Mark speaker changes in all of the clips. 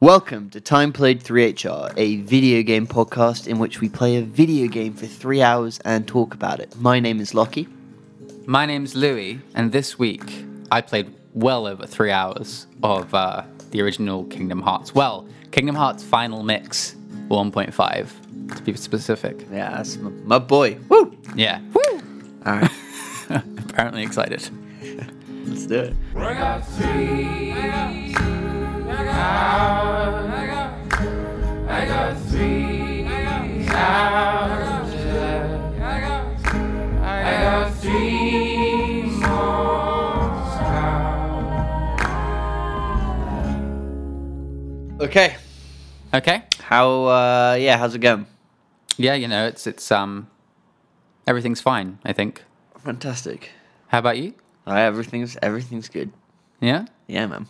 Speaker 1: Welcome to Time Played 3HR, a video game podcast in which we play a video game for three hours and talk about it. My name is Lockie.
Speaker 2: My name's Louis, and this week I played well over three hours of uh, the original Kingdom Hearts. Well, Kingdom Hearts Final Mix 1.5, to be specific.
Speaker 1: Yeah, that's my, my boy. Woo!
Speaker 2: Yeah.
Speaker 1: All right,
Speaker 2: Apparently excited.
Speaker 1: let's do it. Okay.
Speaker 2: Okay.
Speaker 1: How, uh, yeah, how's it going?
Speaker 2: Yeah, you know, it's it's um, everything's fine. I think.
Speaker 1: Fantastic.
Speaker 2: How about you?
Speaker 1: All right, everything's, everything's good.
Speaker 2: Yeah.
Speaker 1: Yeah, man.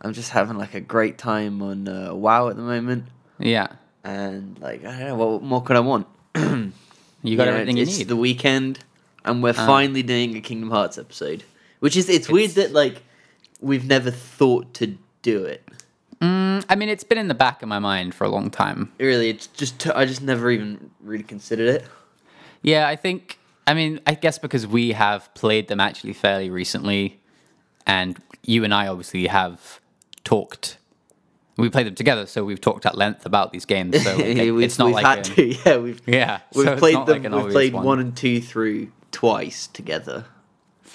Speaker 1: I'm just having like a great time on uh, WoW at the moment.
Speaker 2: Yeah.
Speaker 1: And like, I don't know, what more could I want?
Speaker 2: You got
Speaker 1: know,
Speaker 2: everything you
Speaker 1: it's
Speaker 2: need. Ah.
Speaker 1: the weekend, and we're finally doing a Kingdom Hearts episode, which is it's, weird that like we've never thought to do it.
Speaker 2: Mm, I mean, it's been in the back of my mind for a long time.
Speaker 1: Really, it's just t- I just never even really considered it.
Speaker 2: Yeah, I think. I mean, I guess because we have played them actually fairly recently, and you and I obviously have talked. We played them together, so we've talked at length about these games. So like,
Speaker 1: we've,
Speaker 2: it's not
Speaker 1: we've
Speaker 2: like
Speaker 1: had
Speaker 2: a-
Speaker 1: to, yeah, we've
Speaker 2: yeah,
Speaker 1: we've
Speaker 2: so it's
Speaker 1: played
Speaker 2: not
Speaker 1: them.
Speaker 2: like an
Speaker 1: we've
Speaker 2: obvious
Speaker 1: played one. and two through twice together. over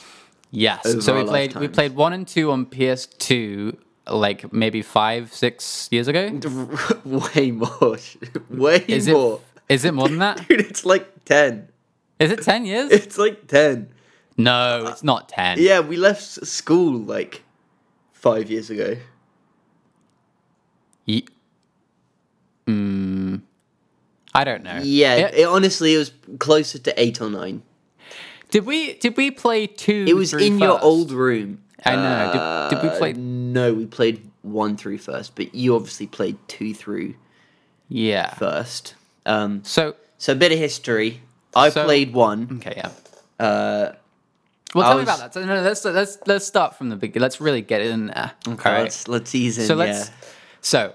Speaker 2: Yes, so
Speaker 1: our
Speaker 2: we played we
Speaker 1: lifetimes.
Speaker 2: played one and two on PS2, like maybe five six years ago.
Speaker 1: way more, sh- way
Speaker 2: Is it
Speaker 1: more.
Speaker 2: is it more than that?
Speaker 1: Dude, it's like ten.
Speaker 2: Is it ten years?
Speaker 1: It's like ten.
Speaker 2: No, it's not ten.
Speaker 1: Yeah, we left s- school like five years ago.
Speaker 2: Ye- mm, I don't know.
Speaker 1: Yeah,
Speaker 2: It-
Speaker 1: it, honestly, it was closer to eight or nine.
Speaker 2: Did we did we play two?
Speaker 1: It was
Speaker 2: through
Speaker 1: in your
Speaker 2: first?
Speaker 1: old room. Uh,
Speaker 2: I know. Did- did we play-
Speaker 1: No, we played one through first, but you obviously played two through
Speaker 2: Yeah.
Speaker 1: first. Um,
Speaker 2: So
Speaker 1: so a bit of history. I
Speaker 2: So- Mm-hmm.
Speaker 1: played one.
Speaker 2: okay, yeah.
Speaker 1: Uh,
Speaker 2: Well,
Speaker 1: I
Speaker 2: tell me
Speaker 1: was-
Speaker 2: about that. So, no, no, let's let's let's start from the beginning. Let's really get in there.
Speaker 1: okay, let's let's ease in.
Speaker 2: So let's.
Speaker 1: yeah.
Speaker 2: So.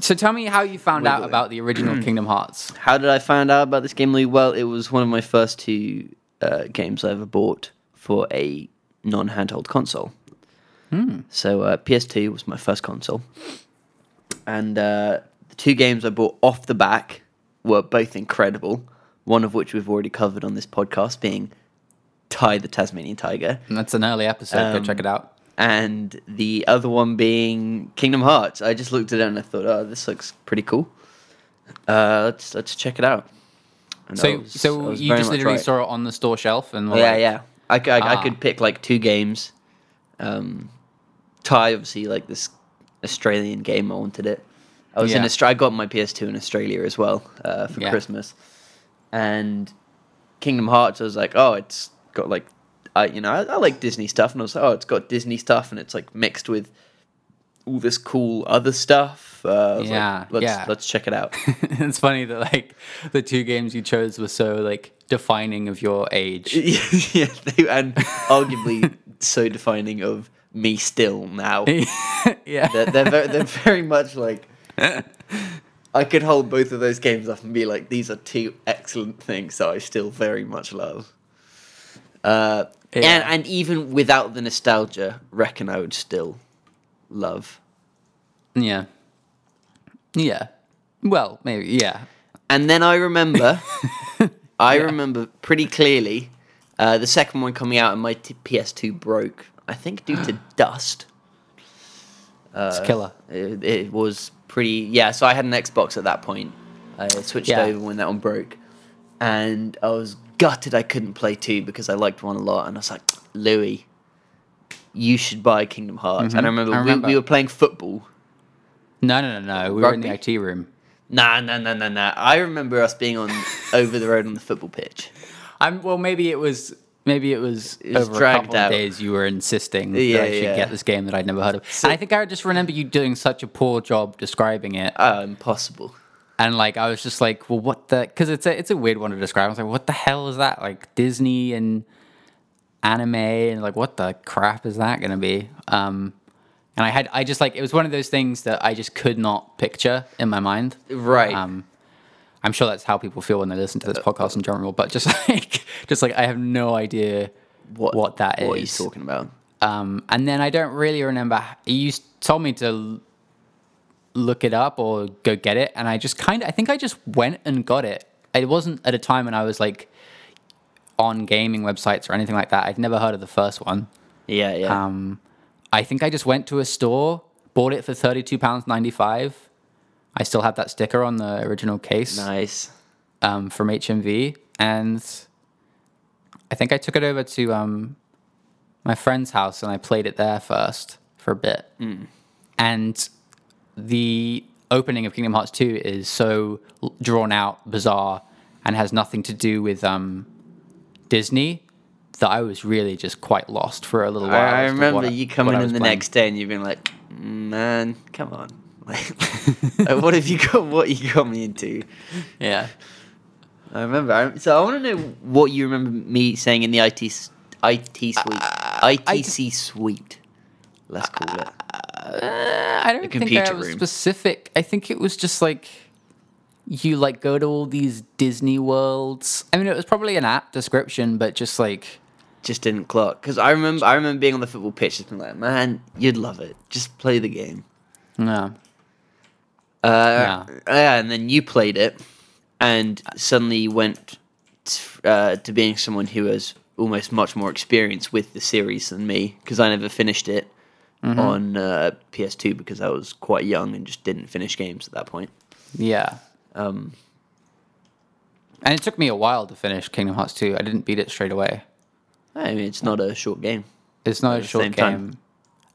Speaker 2: So tell me how you found out
Speaker 1: Wiggle it.
Speaker 2: about the original Kingdom Hearts.
Speaker 1: How did I find out about this game, Lee? Well, it was one of my first two uh, games I ever bought for a non-handheld console. So uh, PS2 was my first console, and uh, the two games I bought off the back were both incredible. One of which we've already covered on this podcast, being Ty the Tasmanian Tiger,
Speaker 2: And that's an early episode. Go check it
Speaker 1: Um,
Speaker 2: out.
Speaker 1: and the other one being Kingdom Hearts. I just looked at it and I thought, oh, this looks pretty cool. Uh, let's let's check it out. And I
Speaker 2: So
Speaker 1: was- I
Speaker 2: so
Speaker 1: was
Speaker 2: you
Speaker 1: very
Speaker 2: just
Speaker 1: much
Speaker 2: literally
Speaker 1: right.
Speaker 2: saw it on the store shelf and were
Speaker 1: yeah
Speaker 2: like,
Speaker 1: yeah. I, c- I- I
Speaker 2: Ah.
Speaker 1: could pick like two games. Um, Thai obviously like this Australian game. I wanted it. I was in
Speaker 2: Yeah.
Speaker 1: Australia. I got my PS2 in Australia as well uh, for
Speaker 2: Yeah.
Speaker 1: Christmas, and Kingdom Hearts. I was like, oh, it's got like, I you know, I, I like Disney stuff, and I was like, oh, it's got Disney stuff, and it's like mixed with all this cool other stuff. Uh, I was
Speaker 2: Yeah,
Speaker 1: like, let's
Speaker 2: yeah.
Speaker 1: let's check it out.
Speaker 2: it's funny that like the two games you chose were so like defining of your age.
Speaker 1: yeah, they, and arguably so defining of me still now.
Speaker 2: yeah.
Speaker 1: They're they're very, they're very much like I could hold both of those games up and be like, these are two excellent things that I still very much love. Uh,
Speaker 2: Yeah.
Speaker 1: and, and even without the nostalgia, reckon I would still love.
Speaker 2: Yeah. Yeah. Well, maybe. Yeah.
Speaker 1: And then I remember, I remember pretty clearly, uh, the second one coming out and my t- PS2 broke. I think due to dust.
Speaker 2: It's killer.
Speaker 1: It, it was pretty. Yeah, so I had an Xbox at that point. I switched
Speaker 2: Yeah.
Speaker 1: over when that one broke, and I was gutted I couldn't play two because I liked one a lot, and I was like, Louis, you should buy Kingdom Hearts. And I remember,
Speaker 2: Mm-hmm. I remember.
Speaker 1: We, we were playing football.
Speaker 2: No, no, no, no. We were in
Speaker 1: Rugby?
Speaker 2: the IT room.
Speaker 1: Nah, nah, nah, nah, nah. I remember us being on over the road on the football pitch.
Speaker 2: I'm well. Maybe it was. Maybe it was,
Speaker 1: It was
Speaker 2: over a
Speaker 1: dragged
Speaker 2: couple
Speaker 1: out.
Speaker 2: of days. You were insisting
Speaker 1: Yeah,
Speaker 2: that I should
Speaker 1: yeah.
Speaker 2: get this game that I'd never heard of. and I think I just remember you doing such a poor job describing it,
Speaker 1: Oh, impossible.
Speaker 2: and like I was just like, well, what the? Because it's a it's a weird one to describe. I was like, what the hell is that? Like Disney and anime, and like what the crap is that going to be? Um, And I had, I just like, it was one of those things that I just could not picture in my mind.
Speaker 1: Right.
Speaker 2: Um, I'm sure that's how people feel when they listen to this podcast in general, but just like, just like, I have no idea what, that is.
Speaker 1: What he's talking about.
Speaker 2: Um, and then I don't really remember. h- You s- told me to l- look it up or go get it, and I just kind of, I think I just went and got it. It wasn't at a time when I was like on gaming websites or anything like that. I'd never heard of the first one.
Speaker 1: Yeah, yeah.
Speaker 2: Um, I think I just went to a store, bought it for thirty-two pounds ninety-five. I still have that sticker on the original case
Speaker 1: nice.
Speaker 2: um, from HMV, and I think I took it over to um, my friend's house and I played it there first for a bit.
Speaker 1: Mm.
Speaker 2: And the opening of Kingdom Hearts 2 is so l- drawn out, bizarre, and has nothing to do with um, Disney that I was really just quite lost for a little while.
Speaker 1: I, I
Speaker 2: as to what
Speaker 1: remember you
Speaker 2: what
Speaker 1: coming
Speaker 2: I
Speaker 1: in
Speaker 2: was
Speaker 1: the
Speaker 2: playing.
Speaker 1: next day and you've been like, man, come on. Like, like, what have you got? What you got me into?
Speaker 2: Yeah.
Speaker 1: I remember. I, so I want to know what you remember me saying in the IT s- IT
Speaker 2: Uh,
Speaker 1: suite, ITC suite. Let's call it.
Speaker 2: Uh, I don't think I
Speaker 1: computer
Speaker 2: was
Speaker 1: room.
Speaker 2: specific. I think it was just like you like go to all these Disney worlds. I mean, it was probably an app description, but just like
Speaker 1: Just didn't clock because I remember. I remember being on the football pitch, just being like, man, you'd love it. Just play the game.
Speaker 2: no.
Speaker 1: Uh, yeah, and then you played it, and suddenly went t- uh, to being someone who has almost much more experience with the series than me because I never finished it on uh, PS2 because I was quite young and just didn't finish games at that point.
Speaker 2: Yeah.
Speaker 1: Um,
Speaker 2: And it took me a while to finish Kingdom Hearts 2. I didn't beat it straight away.
Speaker 1: I mean, it's not a short game.
Speaker 2: It's not a
Speaker 1: the
Speaker 2: short
Speaker 1: same
Speaker 2: game.
Speaker 1: time.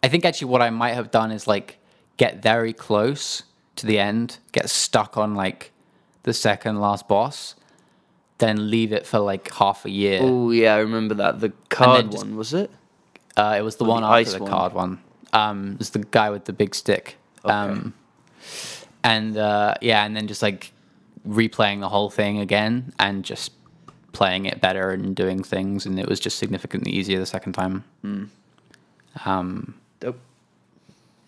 Speaker 2: I think actually what I might have done is like get very close to the end, get stuck on like the second last boss, then leave it for like half a year.
Speaker 1: Oh yeah, I remember that. The card
Speaker 2: just-
Speaker 1: one was it?
Speaker 2: Uh, it was the one
Speaker 1: the
Speaker 2: after
Speaker 1: ice
Speaker 2: the
Speaker 1: one.
Speaker 2: card one. Um, it was the guy with the big stick. Um, and uh, yeah, and then just like replaying the whole thing again and just playing it better and doing things, and it was just significantly easier the second time. Um,
Speaker 1: Dope.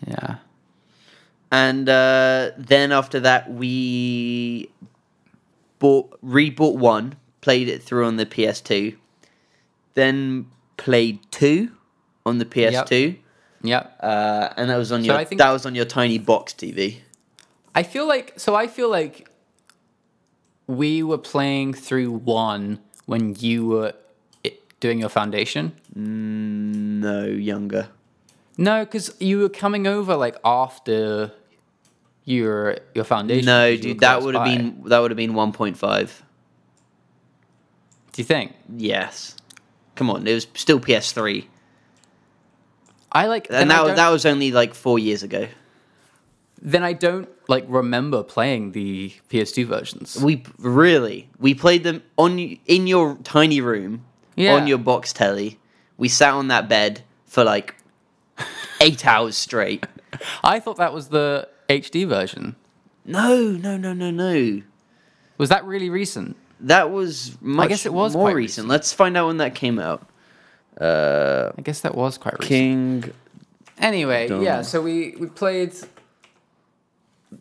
Speaker 2: yeah.
Speaker 1: And uh, then after that, we bought re-bought one, played it through on the PS2, then played two on the PS2,
Speaker 2: Yep.
Speaker 1: uh, and that was on
Speaker 2: So
Speaker 1: your
Speaker 2: I think-
Speaker 1: that was on your tiny box TV.
Speaker 2: I feel like so. I feel like we were playing through one when you were i- doing your foundation.
Speaker 1: No younger.
Speaker 2: No, because you were coming over like after your your foundation.
Speaker 1: No,
Speaker 2: 'cause you were
Speaker 1: dude, that
Speaker 2: close
Speaker 1: would have
Speaker 2: by.
Speaker 1: been that would have been one point five.
Speaker 2: Do you think?
Speaker 1: Yes. Come on, it was still PS3,
Speaker 2: I like then
Speaker 1: and
Speaker 2: I
Speaker 1: that
Speaker 2: don't-
Speaker 1: that was only like four years ago.
Speaker 2: then I don't like remember playing the PS2 versions.
Speaker 1: We really we played them on in your tiny room
Speaker 2: Yeah.
Speaker 1: on your box telly. We sat on that bed for like eight hours straight.
Speaker 2: I thought that was the HD version.
Speaker 1: No, no, no, no, no.
Speaker 2: Was that really recent?
Speaker 1: That was much
Speaker 2: guess it was
Speaker 1: more
Speaker 2: quite
Speaker 1: recent.
Speaker 2: recent.
Speaker 1: Let's find out when that came out. Uh,
Speaker 2: I guess that was quite recent.
Speaker 1: King.
Speaker 2: Anyway,
Speaker 1: Don't
Speaker 2: yeah,
Speaker 1: know.
Speaker 2: so we, we played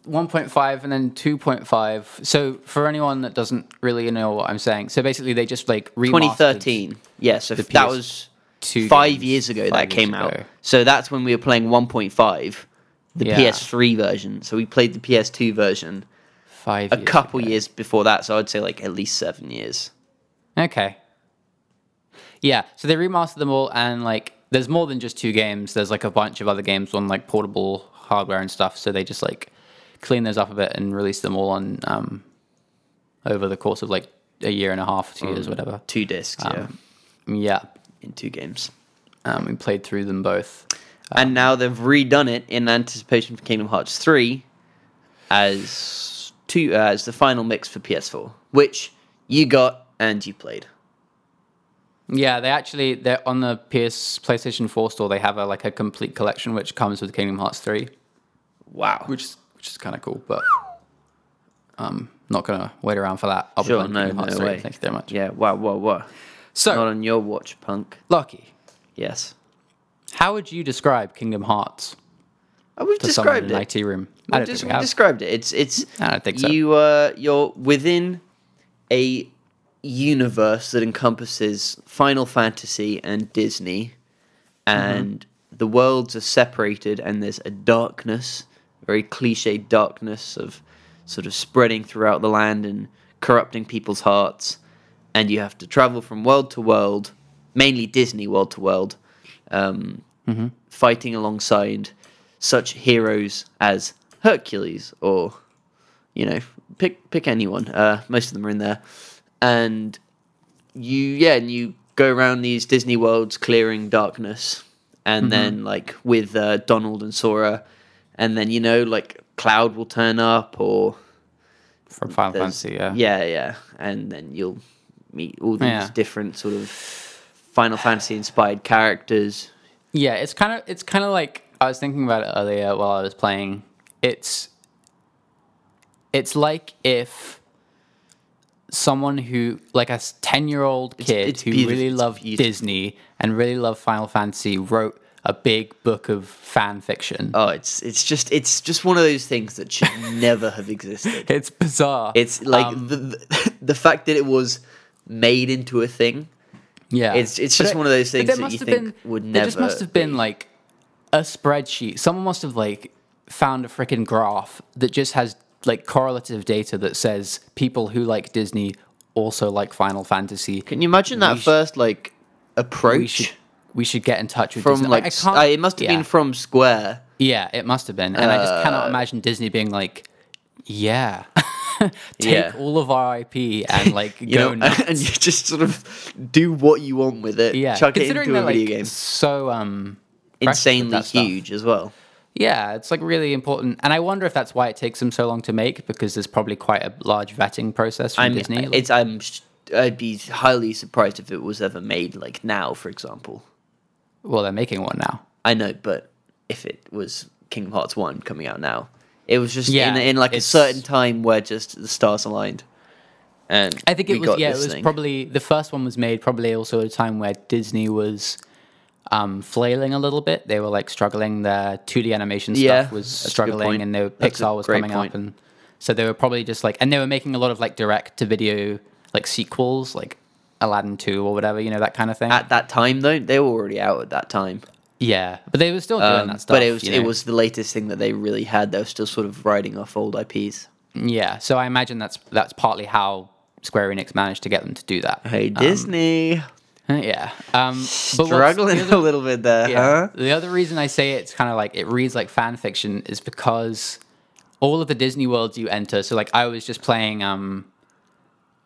Speaker 2: 1.5 and then 2.5. So for anyone that doesn't really know what I'm saying, so basically they just like remastered
Speaker 1: 2013. Yeah, so f- that
Speaker 2: PS2
Speaker 1: was
Speaker 2: two
Speaker 1: five
Speaker 2: games
Speaker 1: years ago that
Speaker 2: five years
Speaker 1: came out.
Speaker 2: ago.
Speaker 1: So that's when we were playing 1.5, the
Speaker 2: Yeah.
Speaker 1: PS3 version. So we played the PS2 version
Speaker 2: Five
Speaker 1: a
Speaker 2: years
Speaker 1: couple
Speaker 2: ago.
Speaker 1: years before that. So I'd say like at least seven years.
Speaker 2: Okay. Yeah, so they remastered them all, and like, there's more than just two games. There's like a bunch of other games on like portable hardware and stuff. So they just like clean those up a bit and release them all on um, over the course of like a year and a half, two
Speaker 1: Mm.
Speaker 2: years, whatever.
Speaker 1: Two discs, yeah,
Speaker 2: Yeah,
Speaker 1: in two games.
Speaker 2: um, we played through them both.
Speaker 1: and now they've redone it in anticipation for Kingdom Hearts 3 as two uh, as the final mix for PS4, which you got and you played.
Speaker 2: Yeah, they actually they're on the PS PlayStation 4 store. They have a like a complete collection which comes with Kingdom Hearts 3,
Speaker 1: Wow.
Speaker 2: which is which is kind of cool, but. Um, not gonna wait around for that. I'll be
Speaker 1: Sure,
Speaker 2: playing
Speaker 1: no,
Speaker 2: Kingdom
Speaker 1: no
Speaker 2: Hearts 3.
Speaker 1: way.
Speaker 2: Thank you very much.
Speaker 1: Yeah, wow, wow, wow.
Speaker 2: So,
Speaker 1: Not on your watch, punk.
Speaker 2: Lucky,
Speaker 1: Yes.
Speaker 2: how would you describe Kingdom Hearts?
Speaker 1: Oh, we've
Speaker 2: to someone
Speaker 1: described
Speaker 2: in
Speaker 1: it.
Speaker 2: an IT room. I
Speaker 1: We
Speaker 2: don't
Speaker 1: just
Speaker 2: think
Speaker 1: we
Speaker 2: we have.
Speaker 1: described it. It's it's
Speaker 2: I don't think so.
Speaker 1: you uh you're within a universe that encompasses Final Fantasy and Disney and
Speaker 2: Mm-hmm.
Speaker 1: the worlds are separated and there's a darkness, very cliche darkness of sort of spreading throughout the land and corrupting people's hearts and you have to travel from world to world, mainly Disney world to world. Um,
Speaker 2: Mm-hmm.
Speaker 1: fighting alongside such heroes as Hercules or you know pick pick anyone uh, most of them are in there and you yeah and you go around these Disney worlds clearing darkness and
Speaker 2: Mm-hmm.
Speaker 1: then like with uh, Donald and Sora and then you know like Cloud will turn up or
Speaker 2: from Final
Speaker 1: there's-
Speaker 2: Fantasy. uh,
Speaker 1: yeah
Speaker 2: Yeah.
Speaker 1: yeah and then you'll meet all these
Speaker 2: Yeah.
Speaker 1: different sort of Final Fantasy inspired characters
Speaker 2: Yeah, it's kind of it's kind of like I was thinking about it earlier while I was playing. It's it's like if someone who like a 10-year-old kid
Speaker 1: it's
Speaker 2: who
Speaker 1: beautiful,
Speaker 2: really
Speaker 1: it's
Speaker 2: loved
Speaker 1: beautiful.
Speaker 2: Disney and really loved Final Fantasy wrote a big book of fan fiction.
Speaker 1: Oh, it's it's just it's just one of those things that should never have existed.
Speaker 2: It's bizarre.
Speaker 1: It's like
Speaker 2: Um,
Speaker 1: the, the the fact that it was made into a thing.
Speaker 2: Yeah,
Speaker 1: It's- it's
Speaker 2: But
Speaker 1: just
Speaker 2: it-
Speaker 1: one of those
Speaker 2: but
Speaker 1: things
Speaker 2: there
Speaker 1: that
Speaker 2: must
Speaker 1: you
Speaker 2: have
Speaker 1: think would
Speaker 2: There just
Speaker 1: never
Speaker 2: must have been like a spreadsheet. Someone must have like found a freaking graph that just has like correlative data that says people who like Disney also like Final Fantasy.
Speaker 1: Can you imagine that
Speaker 2: We sh-
Speaker 1: first like
Speaker 2: We
Speaker 1: approach
Speaker 2: should we should get in touch with
Speaker 1: from
Speaker 2: Disney.
Speaker 1: like
Speaker 2: I
Speaker 1: s-
Speaker 2: can't-
Speaker 1: uh, it must have
Speaker 2: yeah.
Speaker 1: been Uh, from Square.
Speaker 2: yeah, it must have been, and I just cannot imagine Disney being like, yeah. Take
Speaker 1: Yeah.
Speaker 2: all of our IP and like
Speaker 1: You
Speaker 2: go
Speaker 1: know,
Speaker 2: nuts.
Speaker 1: and you just sort of do what you want with it.
Speaker 2: yeah,
Speaker 1: chuck it into
Speaker 2: considering
Speaker 1: a
Speaker 2: they're
Speaker 1: video
Speaker 2: like
Speaker 1: game.
Speaker 2: so um precious with
Speaker 1: Insanely
Speaker 2: that stuff.
Speaker 1: huge as well.
Speaker 2: Yeah, it's like really important, and I wonder if that's why it takes them so long to make because there's probably quite a large vetting process from
Speaker 1: I'm
Speaker 2: Disney. Like,
Speaker 1: it's I'm sh- I'd be highly surprised if it was ever made like now, for example.
Speaker 2: well, they're making one now.
Speaker 1: I know, but if it was Kingdom Hearts one coming out now, it was just
Speaker 2: Yeah,
Speaker 1: in, in like a
Speaker 2: it's-
Speaker 1: certain time where just the stars aligned, and
Speaker 2: I think
Speaker 1: we
Speaker 2: it was
Speaker 1: got
Speaker 2: yeah, it
Speaker 1: this
Speaker 2: was
Speaker 1: thing.
Speaker 2: probably the first one was made probably also at a time where Disney was um, flailing a little bit. They were like struggling. Their 2D animation stuff
Speaker 1: Yeah,
Speaker 2: was
Speaker 1: that's a good
Speaker 2: struggling,
Speaker 1: point.
Speaker 2: and their
Speaker 1: That's a
Speaker 2: Pixar was
Speaker 1: great
Speaker 2: coming
Speaker 1: point.
Speaker 2: up, and so they were probably just like, and they were making a lot of like direct to video like sequels, like Aladdin two or whatever, you know, that kind of thing.
Speaker 1: at that time though they were already out at that time.
Speaker 2: yeah, but they were still doing
Speaker 1: Um,
Speaker 2: that stuff.
Speaker 1: but it was
Speaker 2: you
Speaker 1: it
Speaker 2: know?
Speaker 1: was the latest thing that they really had. They were still sort of riding off old IPs.
Speaker 2: Yeah, so I imagine that's that's partly how Square Enix managed to get them to do that.
Speaker 1: Hey Disney,
Speaker 2: Yeah, um, but Um, what's-
Speaker 1: struggling a little bit there,
Speaker 2: yeah,
Speaker 1: huh?
Speaker 2: the other reason I say it's kind of like it reads like fan fiction is because all of the Disney worlds you enter. So like I was just playing um,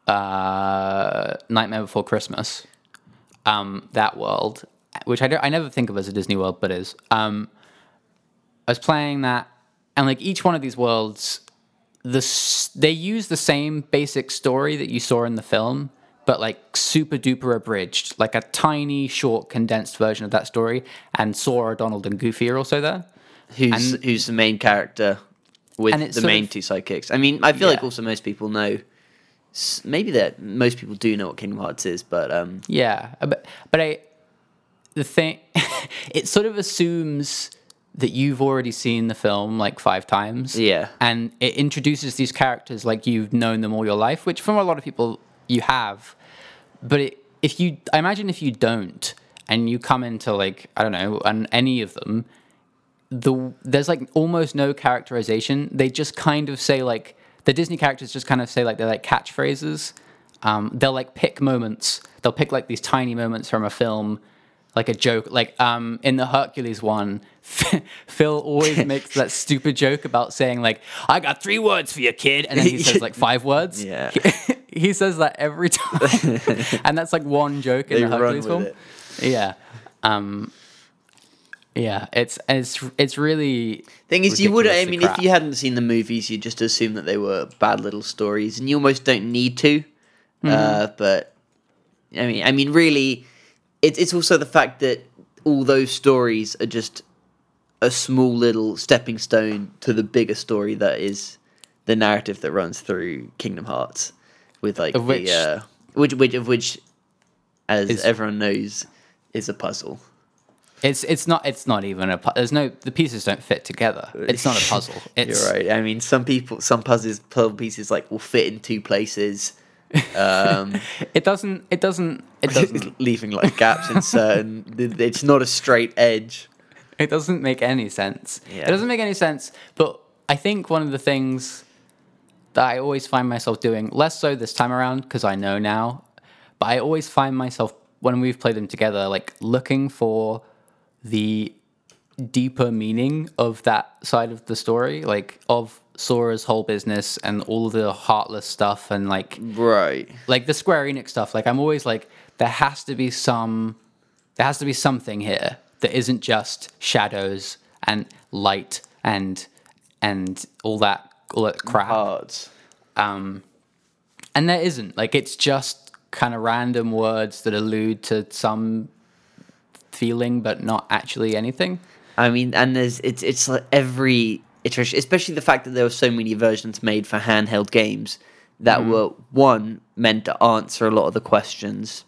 Speaker 2: uh, Nightmare Before Christmas, um, that world, which I don't, I never think of as a Disney world, but is. Um, I was playing that, and like each one of these worlds, the s- they use the same basic story that you saw in the film, but like super duper abridged, like a tiny, short, condensed version of that story. And Sora, Donald, and Goofy are also there.
Speaker 1: Who's who's the main character with
Speaker 2: and it's
Speaker 1: the
Speaker 2: sort
Speaker 1: main
Speaker 2: of-
Speaker 1: two sidekicks? I mean, I feel like
Speaker 2: Yeah.
Speaker 1: also most people know. s- Maybe that most people do know what Kingdom Hearts is, but um,
Speaker 2: Yeah, uh, but but I the thing it sort of assumes that you've already seen the film like five times.
Speaker 1: Yeah.
Speaker 2: and it introduces these characters like you've known them all your life, which from a lot of people you have. But it, if you, I imagine if you don't, and you come into like I don't know, an, any of them, the there's like almost no characterization. They just kind of say like the Disney characters just kind of say like they're like catchphrases. Um, they'll like pick moments. They'll pick like these tiny moments from a film, like a joke. Like um, in the Hercules one, Phil always makes that stupid joke about saying like I got three words for you, kid, and then he says like five words.
Speaker 1: Yeah.
Speaker 2: He, he says that every time, and that's like one joke in
Speaker 1: They
Speaker 2: the
Speaker 1: run
Speaker 2: Hercules
Speaker 1: with
Speaker 2: film.
Speaker 1: it.
Speaker 2: Yeah. Um, yeah, it's it's it's really
Speaker 1: Thing is, you would. I
Speaker 2: ridiculously
Speaker 1: mean,
Speaker 2: crap.
Speaker 1: if you hadn't seen the movies, you'd just assume that they were bad little stories, and you almost don't need to.
Speaker 2: Mm-hmm.
Speaker 1: Uh, but I mean, I mean, really, it's it's also the fact that all those stories are just a small little stepping stone to the bigger story that is the narrative that runs through Kingdom Hearts, with like
Speaker 2: Of which-
Speaker 1: the uh, which which of which, as
Speaker 2: Is-
Speaker 1: everyone knows, is a puzzle.
Speaker 2: It's it's not it's not even a pu- there's no the pieces don't fit together. It's not a puzzle. It's
Speaker 1: You're right. I mean, some people, some puzzles, puzzle pieces like will fit in two places, um,
Speaker 2: It doesn't it doesn't it doesn't
Speaker 1: leaving like gaps in certain. It's not a straight edge.
Speaker 2: it doesn't make any sense.
Speaker 1: Yeah.
Speaker 2: It doesn't make any sense. But I think one of the things that I always find myself doing, less so this time around because I know now, but I always find myself when we've played them together, like looking for the deeper meaning of that side of the story, like of Sora's whole business and all the heartless stuff and like
Speaker 1: Right.
Speaker 2: like the Square Enix stuff. Like I'm always like, there has to be some, there has to be something here that isn't just shadows and light and and all that all that crap. Um,
Speaker 1: Cards.
Speaker 2: And there isn't. Like it's just kind of random words that allude to some feeling, but not actually anything.
Speaker 1: I mean, and there's it's it's like every iteration, especially the fact that there were so many versions made for handheld games that
Speaker 2: Mm.
Speaker 1: were one meant to answer a lot of the questions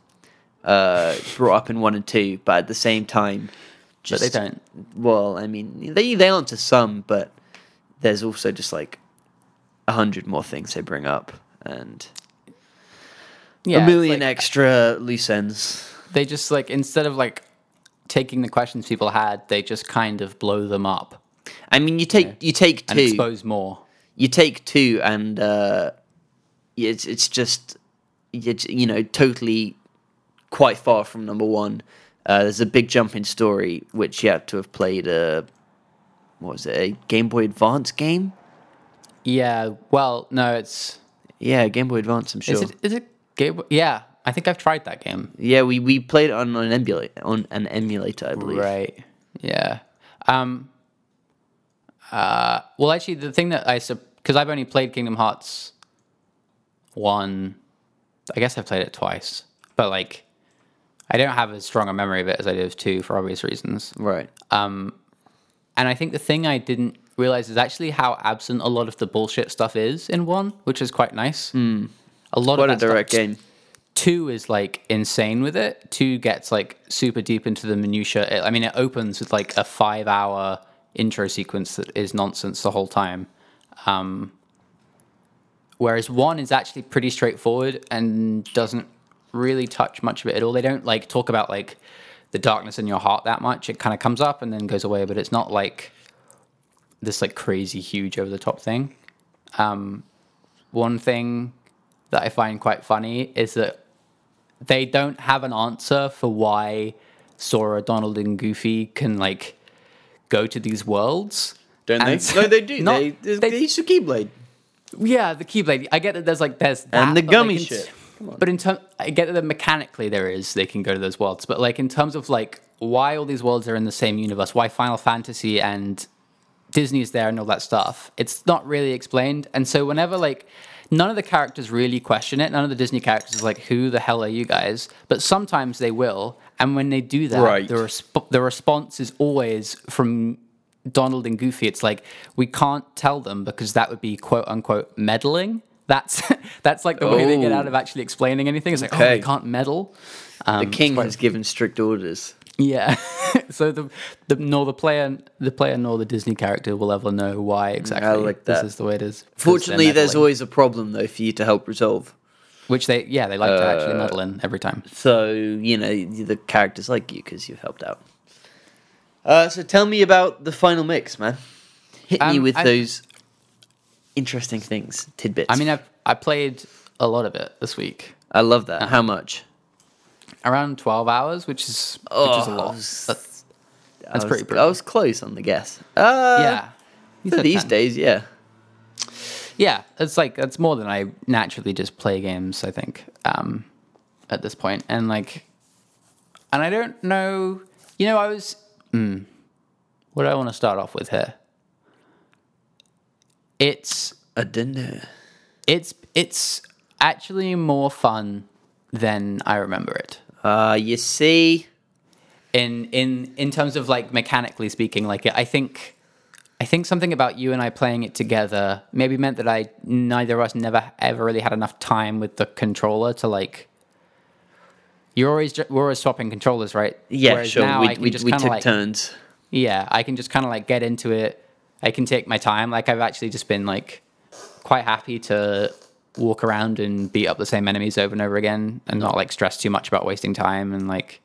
Speaker 1: uh, brought up in one and two, but at the same time,
Speaker 2: But
Speaker 1: just
Speaker 2: they don't.
Speaker 1: Well, I mean, they they answer some, but there's also just like a hundred more things they bring up and
Speaker 2: Yeah,
Speaker 1: a
Speaker 2: it's
Speaker 1: million
Speaker 2: like- uh,
Speaker 1: extra loose ends.
Speaker 2: they just like instead of like taking the questions people had, they just kind of blow them up
Speaker 1: I mean, you take you take
Speaker 2: and
Speaker 1: two.
Speaker 2: expose more.
Speaker 1: you take two and uh, it's it's just it's, you know totally quite far from number one. Uh, there's a big jump in story which you have to have played a what was it a Game Boy Advance game?
Speaker 2: Yeah. Well, no, it's
Speaker 1: Yeah, Game Boy Advance. I'm sure.
Speaker 2: Is it is it game? Yeah, I think I've tried that game.
Speaker 1: yeah, we, we played it on an emulator on an emulator, I believe.
Speaker 2: Right. Yeah. Um. Uh. Well, actually, the thing that I because I've only played Kingdom Hearts one. I guess I've played it twice, but like, I don't have as strong a memory of it as I do of two for obvious reasons.
Speaker 1: Right.
Speaker 2: And I think the thing I didn't realize is actually how absent a lot of the bullshit stuff is in one, which is quite nice. Hmm. A lot
Speaker 1: What a
Speaker 2: of that
Speaker 1: direct
Speaker 2: stuff,
Speaker 1: game.
Speaker 2: two is like insane with it two gets like super deep into the minutia It- i mean it opens with like a five hour intro sequence that is nonsense the whole time um whereas one is actually pretty straightforward and doesn't really touch much of it at all they don't like talk about like the darkness in your heart that much it kind of comes up and then goes away but it's not like this like crazy huge over the top thing um one thing that I find quite funny is that they don't have an answer for why Sora, Donald, and Goofy can like go to these worlds.
Speaker 1: Don't
Speaker 2: And
Speaker 1: they?
Speaker 2: so-
Speaker 1: No, they do.
Speaker 2: not-
Speaker 1: they, they,
Speaker 2: they-
Speaker 1: they used to Keyblade.
Speaker 2: Yeah, the Keyblade. I get that there's like there's that,
Speaker 1: the
Speaker 2: but, like,
Speaker 1: gummy
Speaker 2: in-
Speaker 1: shit.
Speaker 2: But in terms, I get that mechanically there is they can go to those worlds. But like in terms of like why all these worlds are in the same universe, why Final Fantasy and Disney is there and all that stuff. It's not really explained. And so whenever like none of the characters really question it, none of the Disney characters are like, who the hell are you guys? But sometimes they will. And when they do that,
Speaker 1: Right.
Speaker 2: the, resp- the response is always from Donald and Goofy. It's like, we can't tell them because that would be quote unquote meddling. That's that's like the way they get
Speaker 1: Oh.
Speaker 2: out of actually explaining anything. It's like, oh,
Speaker 1: Okay.
Speaker 2: we can't meddle. Um,
Speaker 1: the king has given strict orders.
Speaker 2: Yeah. so the, the nor the player the player nor the Disney character will ever know why exactly
Speaker 1: Mm, like
Speaker 2: this
Speaker 1: that.
Speaker 2: is the way it is. 'cause they're
Speaker 1: Fortunately, there's
Speaker 2: meddling,
Speaker 1: always a problem though for you to help resolve.
Speaker 2: which they yeah they like to actually
Speaker 1: Uh,
Speaker 2: meddle in every time.
Speaker 1: So you know the characters like you because you've helped out. Uh, so tell me about the final mix, man. Hit me
Speaker 2: Um,
Speaker 1: with
Speaker 2: I-
Speaker 1: those interesting things, tidbits.
Speaker 2: I mean I I played a lot of it this week,
Speaker 1: I love
Speaker 2: uh,
Speaker 1: that. How much?
Speaker 2: around twelve hours, which is which is a
Speaker 1: Oh,
Speaker 2: lot.
Speaker 1: I was-
Speaker 2: That's,
Speaker 1: I was-
Speaker 2: that's pretty
Speaker 1: I
Speaker 2: brutal.
Speaker 1: was close on the guess. Uh,
Speaker 2: yeah. You
Speaker 1: for
Speaker 2: said
Speaker 1: these
Speaker 2: 10.
Speaker 1: days, yeah.
Speaker 2: yeah, it's like that's more than I naturally just play games. I think um, at this point, and like, and I don't know. You know, I was. hmm, what do I want to start off with here? It's
Speaker 1: I didn't know.
Speaker 2: it's it's actually more fun than I remember it.
Speaker 1: Uh, you see,
Speaker 2: in in in terms of like mechanically speaking like i think i think something about you and i playing it together maybe meant that i neither of us never ever really had enough time with the controller to like You're always ju- we're always swapping controllers, right?
Speaker 1: Yeah,
Speaker 2: Whereas
Speaker 1: sure.
Speaker 2: now I
Speaker 1: we
Speaker 2: can
Speaker 1: we,
Speaker 2: just
Speaker 1: we
Speaker 2: kinda,
Speaker 1: took
Speaker 2: like-
Speaker 1: turns.
Speaker 2: Yeah, I can just kind of like get into it. I can take my time. Like I've actually just been like quite happy to walk around and beat up the same enemies over and over again and not like stress too much about wasting time and like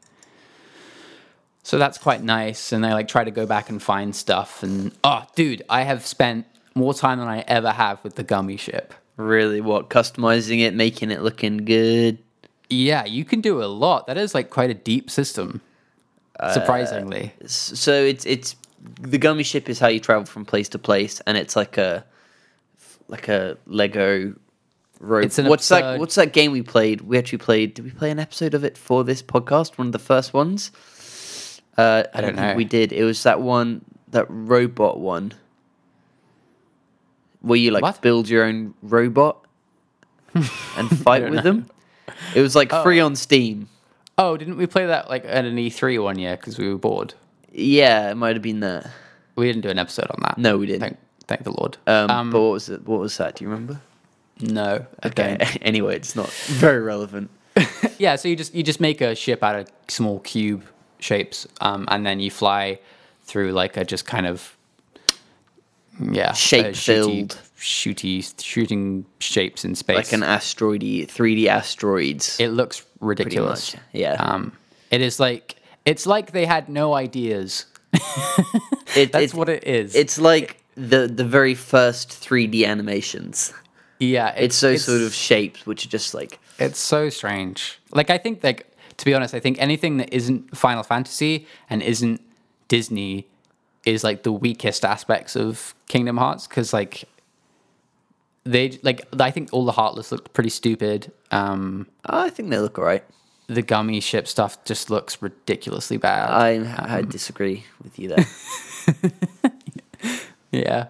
Speaker 2: so that's quite nice and I like try to go back and find stuff and oh dude, I have spent more time than I ever have with the gummy ship.
Speaker 1: Really, what customizing it, making it looking good.
Speaker 2: Yeah, you can do a lot. That is like quite a deep system. Uh, Surprisingly.
Speaker 1: S- So it's it's the gummy ship is how you travel from place to place, and it's like a like a Lego rope.
Speaker 2: It's an
Speaker 1: what's that?
Speaker 2: absurd-
Speaker 1: What's that game we played? We actually played. Did we play an episode of it for this podcast? One of the first ones. Uh, I,
Speaker 2: don't
Speaker 1: think
Speaker 2: know.
Speaker 1: We did. It was that one, that robot one, where you like
Speaker 2: What?
Speaker 1: build your own robot and fight with them. It was like free on Steam.
Speaker 2: oh, didn't we play that like at an E3 one year because we were bored?
Speaker 1: Yeah, it might have been that.
Speaker 2: We didn't do an episode on that.
Speaker 1: No, we didn't.
Speaker 2: Thank, thank the Lord.
Speaker 1: Um,
Speaker 2: Um,
Speaker 1: but what was it? What was that? Do you remember?
Speaker 2: no.
Speaker 1: Okay.
Speaker 2: Okay.
Speaker 1: anyway, it's not very relevant.
Speaker 2: yeah. So you just you just make a ship out of small cube shapes, um, and then you fly through like a just kind of yeah a shooty-
Speaker 1: Shape-filled.
Speaker 2: shooty shooting shapes in space.
Speaker 1: Like an asteroid, three D asteroids.
Speaker 2: it looks ridiculous.
Speaker 1: much, yeah.
Speaker 2: Um, it is like it's like they had no ideas.
Speaker 1: It-
Speaker 2: That's
Speaker 1: it's-
Speaker 2: what it is.
Speaker 1: It's like the the very first three D animations.
Speaker 2: yeah.
Speaker 1: It's those sort of shapes which are just like
Speaker 2: It's so strange. Like I think like to be honest, I think anything that isn't Final Fantasy and isn't Disney is like the weakest aspects of Kingdom Hearts cuz like they like I think all the Heartless looked pretty stupid. Um
Speaker 1: "Oh, I think they look alright.
Speaker 2: the gummy ship stuff just looks ridiculously bad.
Speaker 1: I
Speaker 2: Mm-hmm.
Speaker 1: I disagree with you there.
Speaker 2: yeah.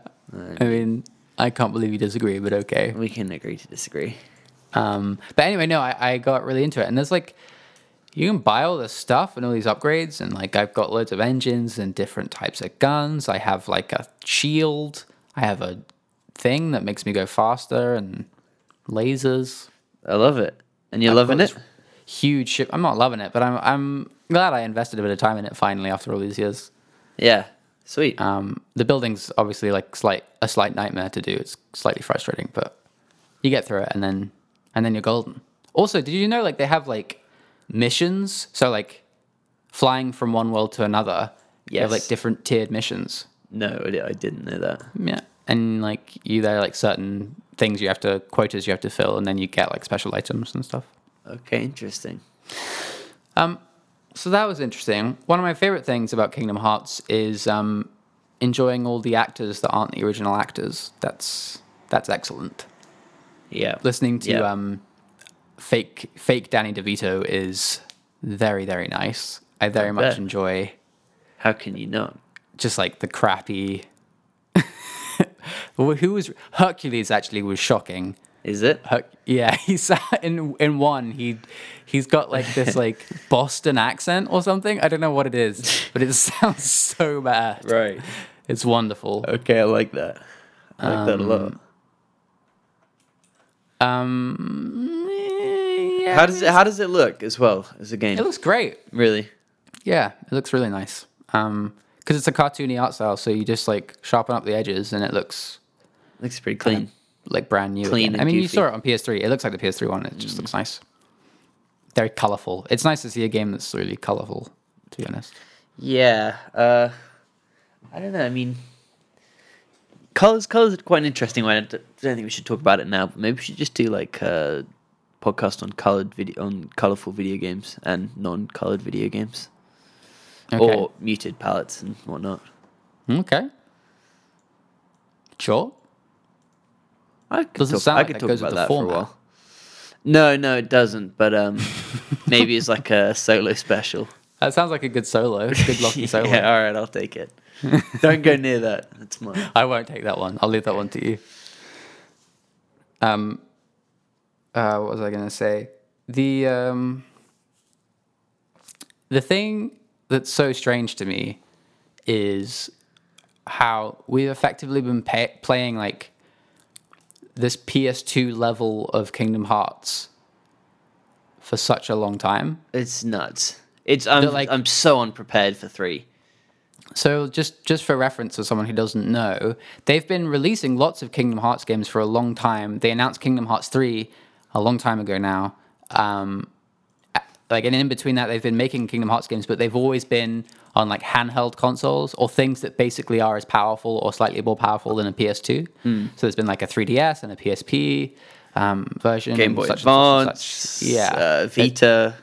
Speaker 2: I mean, I can't believe you disagree, but okay.
Speaker 1: we can agree to disagree.
Speaker 2: Um, but anyway, no, I, I got really into it. And there's like, you can buy all this stuff and all these upgrades. And like, I've got loads of engines and different types of guns. I have like a shield. I have a thing that makes me go faster and lasers.
Speaker 1: I love it, and you're
Speaker 2: I've
Speaker 1: loving
Speaker 2: got
Speaker 1: it.
Speaker 2: this Huge ship. I'm not loving it, but I'm, I'm glad I invested a bit of time in it finally after all these years.
Speaker 1: Yeah, sweet.
Speaker 2: Um, the building's obviously like slight a slight nightmare to do. It's slightly frustrating, but you get through it, and then and then you're golden. Also, did you know like they have like missions? So like flying from one world to another, you have
Speaker 1: Yes.
Speaker 2: like different tiered missions.
Speaker 1: no, I di- I didn't know that.
Speaker 2: Yeah, and like you there are like certain things you have to quotas you have to fill, and then you get like special items and stuff.
Speaker 1: Okay, interesting.
Speaker 2: So that was interesting. One of my favorite things about Kingdom Hearts is um, enjoying all the actors that aren't the original actors. That's that's excellent.
Speaker 1: Yeah,
Speaker 2: Listening to
Speaker 1: Yeah.
Speaker 2: um, fake fake Danny DeVito is very very nice. I very much
Speaker 1: bet.
Speaker 2: enjoy
Speaker 1: how can you not?
Speaker 2: just like the crappy. Who who was Hercules? Actually, was shocking.
Speaker 1: Is it?
Speaker 2: Huck, yeah, he sat in in one. He he's got like this like Boston accent or something. I don't know what it is, but it sounds so bad.
Speaker 1: Right. Uh,
Speaker 2: It's wonderful.
Speaker 1: Okay, I like that. I like that a lot.
Speaker 2: Um, yeah,
Speaker 1: How does it How does it look as well as a game?
Speaker 2: it looks great.
Speaker 1: really.
Speaker 2: Yeah, it looks really nice. Um, because it's a cartoony art style, so you just like sharpen up the edges, and it looks
Speaker 1: Looks pretty clean.
Speaker 2: like brand new.
Speaker 1: Clean
Speaker 2: again.
Speaker 1: and
Speaker 2: I mean, you
Speaker 1: goofy. Mm.
Speaker 2: saw it on PS3. It looks like the PS3 one. It just looks nice. Very colorful. It's nice to see a game that's really colorful. To be honest.
Speaker 1: Yeah. Uh, I don't know. I mean, colors. Colors are quite an interesting one. I d- don't think we should talk about it now. But maybe we should just do like a podcast on colored video on colorful video games and non-colored video games
Speaker 2: Okay.
Speaker 1: or muted palettes and whatnot.
Speaker 2: Okay. Sure.
Speaker 1: I could
Speaker 2: Doesn't
Speaker 1: talk,
Speaker 2: sound
Speaker 1: I
Speaker 2: like
Speaker 1: could
Speaker 2: that
Speaker 1: talk
Speaker 2: goes with
Speaker 1: about
Speaker 2: the
Speaker 1: that for
Speaker 2: format.
Speaker 1: a while. No, no, it doesn't. But um, maybe it's like a solo special.
Speaker 2: That sounds like a good solo. Good lucky solo.
Speaker 1: yeah, all right, I'll take it. Don't go near that. That's mine.
Speaker 2: I won't take that one. I'll leave that one to you. Um, uh, what was I gonna say? The um, the thing that's so strange to me is how we've effectively been pa- playing like this PS2 level of Kingdom Hearts for such a long time.
Speaker 1: It's nuts. It's I'm
Speaker 2: They're like-
Speaker 1: I'm so unprepared for three.
Speaker 2: So just just for reference for someone who doesn't know, they've been releasing lots of Kingdom Hearts games for a long time. They announced Kingdom Hearts 3 a long time ago now. Um a- like and in between that they've been making Kingdom Hearts games, but they've always been on like handheld consoles or things that basically are as powerful or slightly more powerful than a PS2.
Speaker 1: Hmm.
Speaker 2: So there's been like a 3DS and a PSP um, version,
Speaker 1: Game
Speaker 2: and
Speaker 1: Boy
Speaker 2: such and such and
Speaker 1: Advance,
Speaker 2: such. yeah,
Speaker 1: uh, Vita.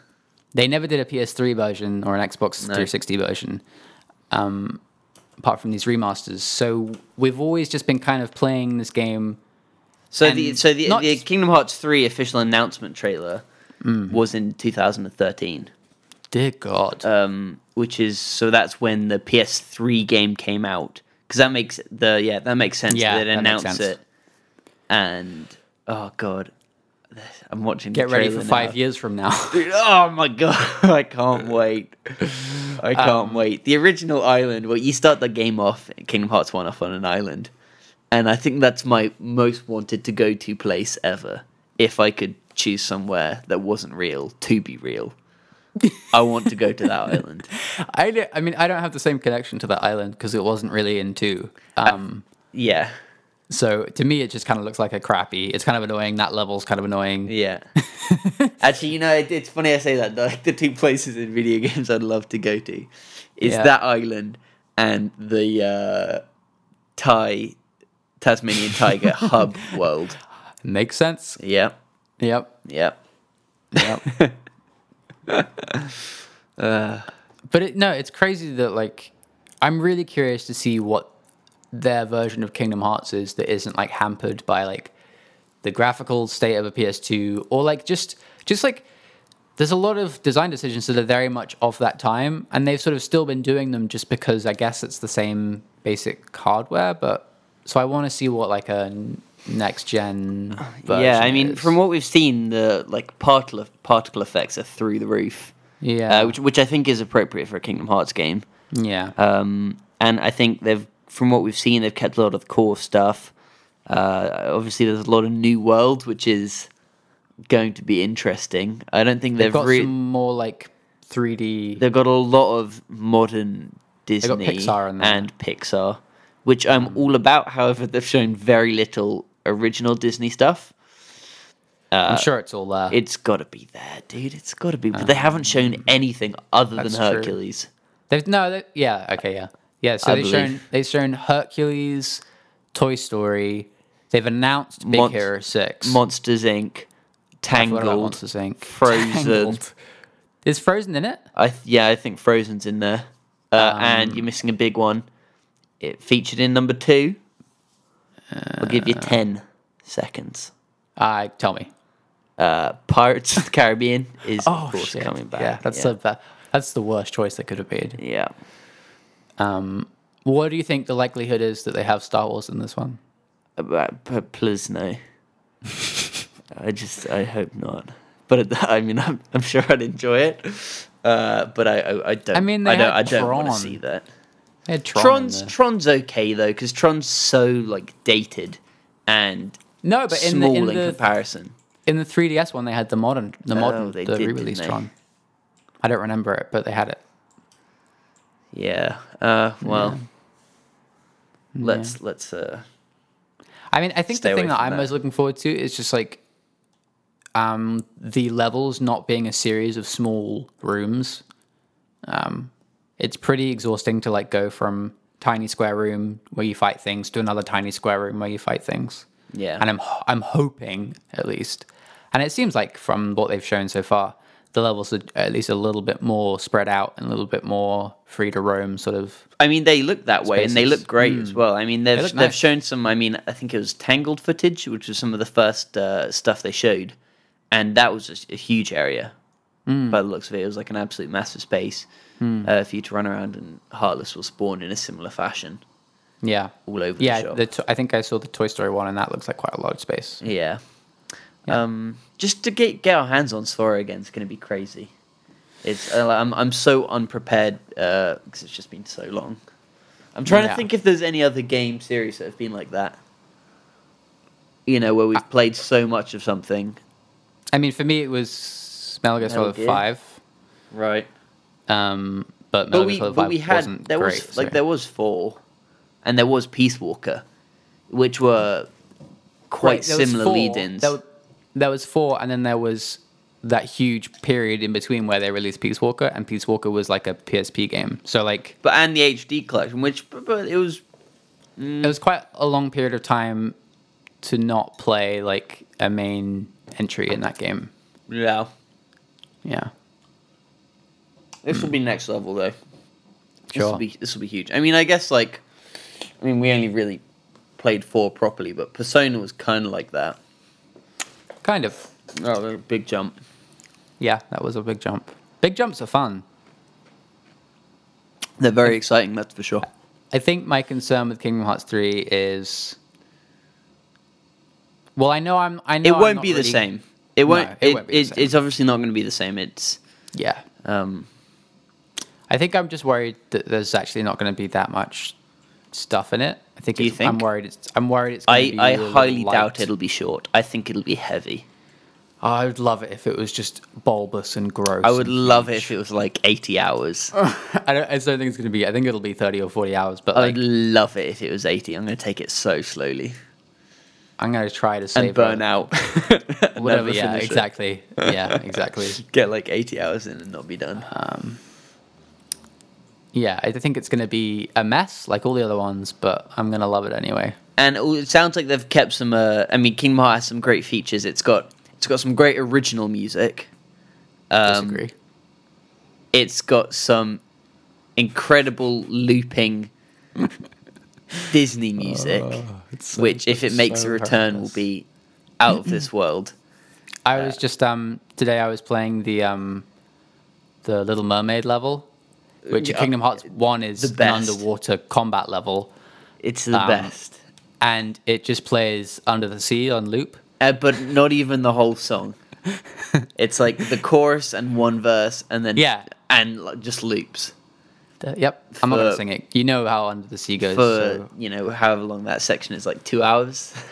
Speaker 2: they never did a PS3 version or an Xbox 360 version, um, apart from these remasters. So we've always just been kind of playing this game.
Speaker 1: So the
Speaker 2: and
Speaker 1: so the,
Speaker 2: not
Speaker 1: the
Speaker 2: just-
Speaker 1: Kingdom Hearts three official announcement trailer
Speaker 2: Mm.
Speaker 1: was in 2013,
Speaker 2: Dear God.
Speaker 1: um, which is so that's when the PS3 game came out because that makes the yeah that makes sense.
Speaker 2: Yeah,
Speaker 1: that they
Speaker 2: that makes
Speaker 1: announced
Speaker 2: sense.
Speaker 1: it, and oh god, I'm watching.
Speaker 2: Get
Speaker 1: the
Speaker 2: ready for
Speaker 1: trailer
Speaker 2: five
Speaker 1: now.
Speaker 2: years from now.
Speaker 1: Oh my god, I can't wait. I can't wait. The original island where you start the game off, Kingdom Hearts 1 off on an island. And I think that's my most wanted to go to place ever. If I could choose somewhere that wasn't real to be real, I want to go to that island.
Speaker 2: I, don't- I mean, I don't have the same connection to that island because it wasn't really in two.
Speaker 1: Uh,
Speaker 2: Um,
Speaker 1: Yeah.
Speaker 2: so to me, it just kind of looks like a crappy. It's kind of annoying. That level's kind of annoying.
Speaker 1: Yeah. Actually, you know, it, it's funny I say that. though, Like the two places in video games I'd love to go to is
Speaker 2: Yeah.
Speaker 1: that island and the uh, Thai Tasmanian tiger hub world.
Speaker 2: Makes sense.
Speaker 1: Yep.
Speaker 2: Yep.
Speaker 1: Yep.
Speaker 2: Yep. Uh, but it, no, it's crazy that like I'm really curious to see what their version of Kingdom Hearts is that isn't like hampered by like the graphical state of a PS2 or like just just like there's a lot of design decisions that are very much of that time and they've sort of still been doing them just because I guess it's the same basic hardware but so I want to see what like a n- next gen version
Speaker 1: yeah, I mean,
Speaker 2: is.
Speaker 1: from what we've seen, the like particle particle effects are through the roof,
Speaker 2: yeah
Speaker 1: uh, which which I think is appropriate for a Kingdom Hearts game.
Speaker 2: yeah
Speaker 1: Um, and I think they've, from what we've seen, they've kept a lot of the core stuff. Uh, obviously, there's a lot of new worlds, which is going to be interesting. I don't think
Speaker 2: They've
Speaker 1: they've
Speaker 2: got
Speaker 1: re-
Speaker 2: some more like 3D.
Speaker 1: they've got a lot of modern Disney
Speaker 2: Pixar in there. Mm.
Speaker 1: and Pixar, which I'm all about. However, they've shown very little original Disney stuff. uh,
Speaker 2: I'm sure it's all there.
Speaker 1: It's got to be there, dude. It's got to be. But they haven't shown anything other than
Speaker 2: Uh, That's true.
Speaker 1: Hercules.
Speaker 2: they've no, they, yeah, okay, yeah, yeah. So
Speaker 1: I
Speaker 2: they've shown
Speaker 1: believe.
Speaker 2: they've shown Hercules, Toy Story. They've announced Big
Speaker 1: Monst-
Speaker 2: Hero Six.
Speaker 1: Monsters Inc.
Speaker 2: I forgot about
Speaker 1: Tangled.
Speaker 2: Monsters Inc.
Speaker 1: Frozen.
Speaker 2: Tangled. Is Frozen in it?
Speaker 1: I th- yeah, I think Frozen's in there, uh,
Speaker 2: Um,
Speaker 1: and you're missing a big one. It featured in number two. I'll give you ten seconds.
Speaker 2: Uh, tell me.
Speaker 1: Uh, Pirates of the Caribbean is
Speaker 2: Of
Speaker 1: of course
Speaker 2: Oh, shit.
Speaker 1: Oh, coming back.
Speaker 2: Yeah, that's
Speaker 1: yeah.
Speaker 2: the ba- that's the worst choice they could have made.
Speaker 1: yeah.
Speaker 2: What do you think the likelihood is that they have Star Wars in this one?
Speaker 1: About, but please no. I just I hope not. But it- I mean, I'm, I'm sure I'd enjoy it. Uh, but I, I I don't. I
Speaker 2: mean,
Speaker 1: I
Speaker 2: they
Speaker 1: don't,
Speaker 2: had
Speaker 1: I don't want to
Speaker 2: Tron.
Speaker 1: see that.
Speaker 2: They had Tron in
Speaker 1: Tron's
Speaker 2: there.
Speaker 1: Tron's okay though, because Tron's so like dated and
Speaker 2: no, but in
Speaker 1: small
Speaker 2: the in
Speaker 1: in
Speaker 2: the
Speaker 1: comparison.
Speaker 2: In the 3DS one, they had the modern, the modern,
Speaker 1: Oh, they
Speaker 2: the
Speaker 1: did,
Speaker 2: re-released
Speaker 1: didn't they?
Speaker 2: one. I don't remember it, but they had it.
Speaker 1: Yeah. Uh, well, let's let's. Uh,
Speaker 2: I mean, I think
Speaker 1: Stay
Speaker 2: the
Speaker 1: away
Speaker 2: thing that
Speaker 1: from
Speaker 2: I'm
Speaker 1: that.
Speaker 2: most looking forward to is just like um, the levels not being a series of small rooms. Um, it's pretty exhausting to like go from tiny square room where you fight things to another tiny square room where you fight things.
Speaker 1: Yeah.
Speaker 2: and I'm ho- I'm hoping at least, and it seems like from what they've shown so far, the levels are at least a little bit more spread out and a little bit more free to roam, sort of.
Speaker 1: I mean, they look that way, and they
Speaker 2: Spaces.
Speaker 1: look great as well. I mean, they've
Speaker 2: look
Speaker 1: they've
Speaker 2: nice.
Speaker 1: shown some. I mean, I think it was Tangled footage, which was some of the first uh, stuff they showed, and that was just a huge area. By the looks of it, it was like an absolute massive space uh, for you to run around, and Heartless will spawn in a similar fashion
Speaker 2: Yeah.
Speaker 1: all over
Speaker 2: yeah,
Speaker 1: the shop.
Speaker 2: the to- I think I saw the Toy Story one, and that looks like quite a large space.
Speaker 1: Yeah. Um, just to get get our hands on Sora again is going to be crazy. It's uh, I'm I'm so unprepared because it's just been so long. I'm trying
Speaker 2: Yeah.
Speaker 1: to think if there's any other game series that have been like that.
Speaker 2: Uh,
Speaker 1: You know, where we've played so much of something.
Speaker 2: I mean, for me, it was games. Metal Gear
Speaker 1: Metal
Speaker 2: Solid
Speaker 1: Gear.
Speaker 2: Five,
Speaker 1: Right.
Speaker 2: um, but Metal
Speaker 1: But we,
Speaker 2: Gear Solid
Speaker 1: but
Speaker 2: Five
Speaker 1: we had
Speaker 2: wasn't
Speaker 1: there
Speaker 2: great.
Speaker 1: was like
Speaker 2: so-
Speaker 1: there was four, and there was Peace Walker, which were quite
Speaker 2: Right, there was
Speaker 1: similar
Speaker 2: four.
Speaker 1: lead-ins.
Speaker 2: There, w- there was four, and then there was that huge period in between where they released Peace Walker, and Peace Walker was like a PSP game. So like
Speaker 1: but and the HD collection, which but, but it was
Speaker 2: it was quite a long period of time to not play like a main entry in that game.
Speaker 1: yeah.
Speaker 2: Yeah.
Speaker 1: This will be next level though. This
Speaker 2: Sure.
Speaker 1: will be this will be huge. I mean, I guess like, I mean, we only really played four properly, but Persona was kind of like that.
Speaker 2: Kind of.
Speaker 1: Oh, big jump.
Speaker 2: Yeah, that was a big jump. Big jumps are fun.
Speaker 1: They're very exciting, that's for sure.
Speaker 2: I think my concern with Kingdom Hearts 3 is well, I know I'm I know
Speaker 1: It
Speaker 2: I'm
Speaker 1: won't
Speaker 2: not
Speaker 1: be the
Speaker 2: really-
Speaker 1: same. It won't.
Speaker 2: it
Speaker 1: it,
Speaker 2: won't be the
Speaker 1: it-
Speaker 2: same.
Speaker 1: It's obviously not going to be the same. It's
Speaker 2: Yeah.
Speaker 1: um,
Speaker 2: I think I'm just worried that there's actually not going to be that much stuff in it. I think
Speaker 1: Do you
Speaker 2: it's, I'm
Speaker 1: think?
Speaker 2: worried. It's, I'm worried it's. Gonna
Speaker 1: I,
Speaker 2: be
Speaker 1: I
Speaker 2: really
Speaker 1: highly
Speaker 2: light. Oh,
Speaker 1: doubt it'll be short. I think it'll be heavy.
Speaker 2: I would love it if it was just bulbous and gross.
Speaker 1: I would
Speaker 2: and-
Speaker 1: love it if it was like 80 hours.
Speaker 2: I don't. I just don't think it's going to be. I think it'll be thirty or forty hours. But
Speaker 1: I
Speaker 2: like,
Speaker 1: would love it if it was 80. I'm going to take it so slowly
Speaker 2: I'm going to try to save
Speaker 1: and burn
Speaker 2: it.
Speaker 1: out. And
Speaker 2: Whatever.
Speaker 1: never
Speaker 2: Yeah.
Speaker 1: finish it.
Speaker 2: Exactly. Yeah. Exactly.
Speaker 1: Get like 80 hours in and not be done.
Speaker 2: Yeah. I think it's going to be a mess, like all the other ones. But I'm going to love it anyway.
Speaker 1: and it all- it sounds like they've kept some. Uh, I mean, Kingdom Hearts has some great features. It's got it's got some great original music. Um,
Speaker 2: Disagree.
Speaker 1: it's got some incredible looping Disney music, which, if it makes a return, will be out of this world.
Speaker 2: I was just um today I was playing the um the Little Mermaid level, which in
Speaker 1: Yeah.
Speaker 2: Kingdom Hearts One is
Speaker 1: The
Speaker 2: an
Speaker 1: best.
Speaker 2: underwater combat level,
Speaker 1: It's the
Speaker 2: Um,
Speaker 1: best,
Speaker 2: and it just plays Under the Sea on loop.
Speaker 1: uh, but not even the whole song. It's like the chorus and one verse, and then
Speaker 2: Yeah.
Speaker 1: and like, just loops
Speaker 2: Uh, yep, I'm not gonna
Speaker 1: For-
Speaker 2: sing it. You know how Under the Sea goes.
Speaker 1: for
Speaker 2: so-
Speaker 1: you know however long that section is, like two hours.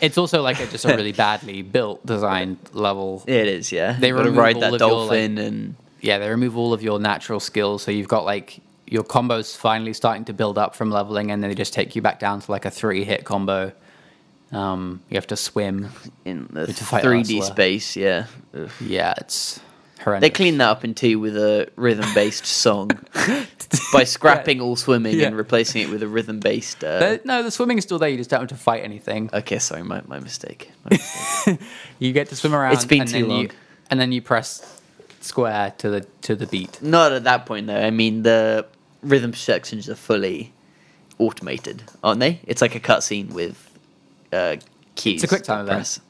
Speaker 2: It's also like a, just a really badly built, designed level.
Speaker 1: It is, yeah.
Speaker 2: They
Speaker 1: They want to
Speaker 2: remove
Speaker 1: ride
Speaker 2: all
Speaker 1: that
Speaker 2: of your, like-
Speaker 1: dolphin and
Speaker 2: Yeah, they remove all of your natural skills, so you've got like your combos finally starting to build up from leveling, and then they just take you back down to like a three-hit combo. Um, you have to swim.
Speaker 1: in the
Speaker 2: to fight
Speaker 1: 3D
Speaker 2: Ursula.
Speaker 1: space, yeah. Ugh.
Speaker 2: Yeah, it's horrendous.
Speaker 1: They cleaned that up in two with a rhythm-based song by scrapping all swimming and
Speaker 2: Yeah.
Speaker 1: replacing it with a rhythm-based. Uh...
Speaker 2: The- no, the swimming is still there. You just don't have to fight anything.
Speaker 1: Okay, sorry, my, my mistake. My mistake.
Speaker 2: You get to swim around.
Speaker 1: It's been
Speaker 2: and
Speaker 1: too
Speaker 2: then You,
Speaker 1: long.
Speaker 2: and then you press square to the to the beat.
Speaker 1: Not at that point though. I mean, the rhythm sections are fully automated, aren't they? It's like a cutscene with uh, keys.
Speaker 2: quick time
Speaker 1: to
Speaker 2: event.
Speaker 1: press.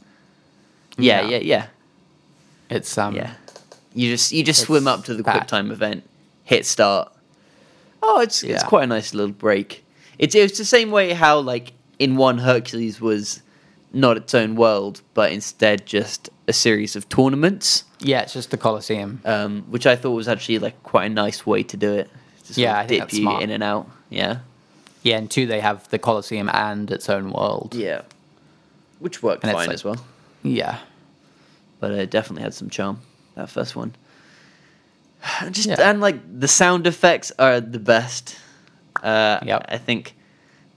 Speaker 1: Yeah, yeah,
Speaker 2: Yeah.
Speaker 1: yeah,
Speaker 2: It's um.
Speaker 1: yeah. You just you just swim
Speaker 2: It's
Speaker 1: up to the
Speaker 2: bad.
Speaker 1: quick time event, hit start. Oh, it's it's
Speaker 2: Yeah.
Speaker 1: quite a nice little break. It's it's the same way how like in one Hercules was not its own world, but instead just a series of tournaments,
Speaker 2: Yeah, it's just the Colosseum.
Speaker 1: um, which I thought was actually like quite a nice way to do it. Just
Speaker 2: Yeah,
Speaker 1: sort of
Speaker 2: I think
Speaker 1: dip
Speaker 2: that's
Speaker 1: you
Speaker 2: smart.
Speaker 1: in and out. Yeah,
Speaker 2: Yeah, and two, they have the Colosseum and its own world.
Speaker 1: yeah, which worked
Speaker 2: And it's
Speaker 1: fine
Speaker 2: like-
Speaker 1: as well,
Speaker 2: Yeah.
Speaker 1: but it definitely had some charm. That first one, just
Speaker 2: Yeah.
Speaker 1: and like the sound effects are the best. Uh,
Speaker 2: Yep.
Speaker 1: I think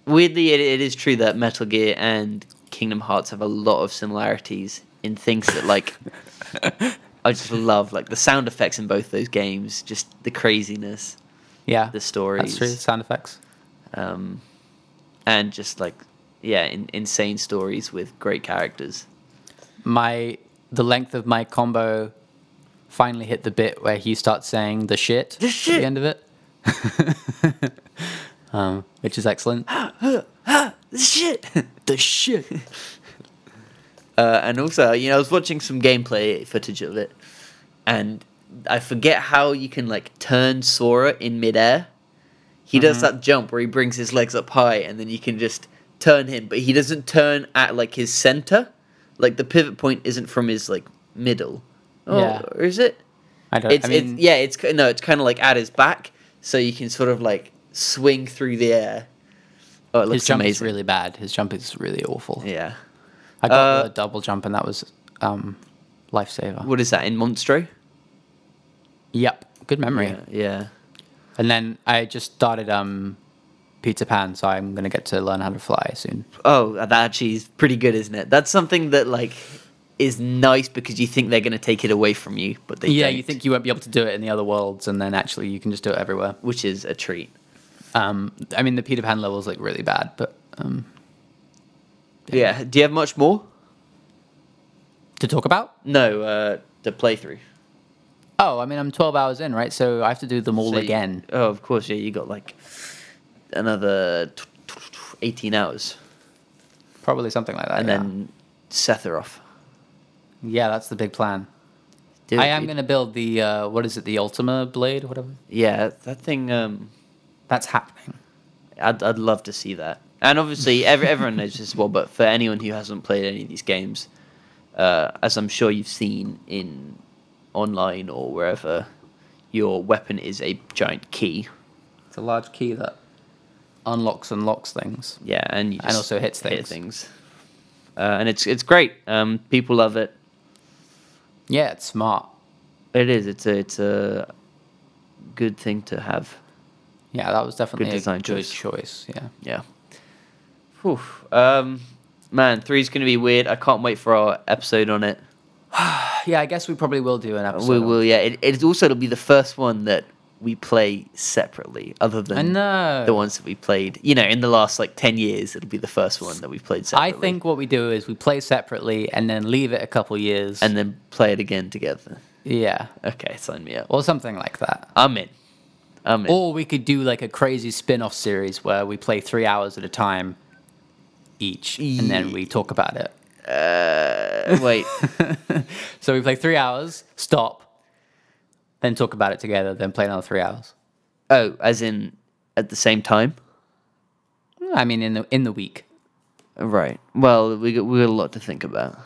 Speaker 1: weirdly, it, it is true that Metal Gear and Kingdom Hearts have a lot of similarities in things that like I just love, like the sound effects in both those games, just the craziness,
Speaker 2: Yeah.
Speaker 1: the
Speaker 2: That's
Speaker 1: stories,
Speaker 2: true. Sound effects.
Speaker 1: um, and just like yeah, in, insane stories with great characters.
Speaker 2: My the length of my combo finally hit the bit where he starts saying the shit.
Speaker 1: The
Speaker 2: At
Speaker 1: shit.
Speaker 2: the end of it. um, which is excellent.
Speaker 1: Shit.
Speaker 2: the shit.
Speaker 1: Uh, and also, you know, I was watching some gameplay footage of it, and I forget how you can like turn Sora in midair. He does
Speaker 2: Mm-hmm.
Speaker 1: that jump where he brings his legs up high, and then you can just turn him, but he doesn't turn at like his center. Like the pivot point isn't from his like middle. Oh,
Speaker 2: Yeah. Uh,
Speaker 1: or is it?
Speaker 2: I don't.
Speaker 1: It's,
Speaker 2: I mean,
Speaker 1: it's yeah, it's ki- no, it's kind of like at his back, so you can sort of like swing through the air. Oh, it
Speaker 2: his
Speaker 1: looks
Speaker 2: jump is
Speaker 1: amazing.
Speaker 2: really bad. His jump is really awful.
Speaker 1: yeah.
Speaker 2: I got
Speaker 1: Uh,
Speaker 2: the double jump, and that was um, lifesaver.
Speaker 1: What is that in Monstro?
Speaker 2: Yep. Good memory.
Speaker 1: Yeah, yeah.
Speaker 2: And then I just started um, Peter Pan, so I'm gonna get to learn how to fly soon.
Speaker 1: Oh, that actually is pretty good, isn't it? That's something that like is nice because you think they're going to take it away from you, but they
Speaker 2: Yeah,
Speaker 1: don't,
Speaker 2: you think you won't be able to do it in the other worlds, and then actually you can just do it everywhere.
Speaker 1: which is a treat.
Speaker 2: Um, I mean, the Peter Pan level is like really bad, but um,
Speaker 1: Yeah. Do you have much more?
Speaker 2: to talk about.
Speaker 1: No, uh, the playthrough.
Speaker 2: Oh, I mean, I'm 12 hours in, right? So I have to do them all
Speaker 1: So you-
Speaker 2: again.
Speaker 1: oh, of course. Yeah, you got like another tw- tw- tw- eighteen hours,
Speaker 2: Probably something like that.
Speaker 1: and
Speaker 2: yeah.
Speaker 1: then Sephiroth.
Speaker 2: yeah, that's the big plan.
Speaker 1: Dude,
Speaker 2: I am
Speaker 1: you-
Speaker 2: going to build the uh, what is it? The Ultima Blade, whatever.
Speaker 1: Yeah, that thing. Um,
Speaker 2: That's happening.
Speaker 1: I'd, I'd love to see that. And obviously, every, everyone knows this well, but for anyone who hasn't played any of these games, uh, as I'm sure you've seen in online or wherever, your weapon is a giant key.
Speaker 2: It's a large key that unlocks and locks things.
Speaker 1: Yeah, and you
Speaker 2: And
Speaker 1: just
Speaker 2: also hits
Speaker 1: hit
Speaker 2: things.
Speaker 1: things. Uh, and it's it's great. Um, people love it.
Speaker 2: Yeah, it's smart.
Speaker 1: It is. It's a it's a good thing to have.
Speaker 2: Yeah, that was definitely
Speaker 1: design
Speaker 2: a good
Speaker 1: choice.
Speaker 2: choice. Yeah.
Speaker 1: Yeah. Whew. Um, man, three's gonna be weird. I can't wait for our episode on it.
Speaker 2: Yeah, I guess we probably will do an episode.
Speaker 1: We
Speaker 2: on-
Speaker 1: will, yeah. It, it's also it'll be the first one that we play separately, other
Speaker 2: I
Speaker 1: than
Speaker 2: know.
Speaker 1: the ones that we played. You know, in the last like ten years, it'll be the first one that we've played
Speaker 2: I
Speaker 1: separately.
Speaker 2: think what we do is we play separately and then leave it a couple years.
Speaker 1: and then play it again together.
Speaker 2: yeah,
Speaker 1: Okay, sign me up.
Speaker 2: or something like that.
Speaker 1: I'm in. I'm in.
Speaker 2: Or we could do like a crazy spin off series where we play three hours at a time each and then we talk about it.
Speaker 1: Uh, wait,
Speaker 2: So we play three hours, stop, then talk about it together, then play another three hours.
Speaker 1: oh, as in at the same time?
Speaker 2: I mean, in the in the week.
Speaker 1: Right. Well, we got, we got a lot to think about.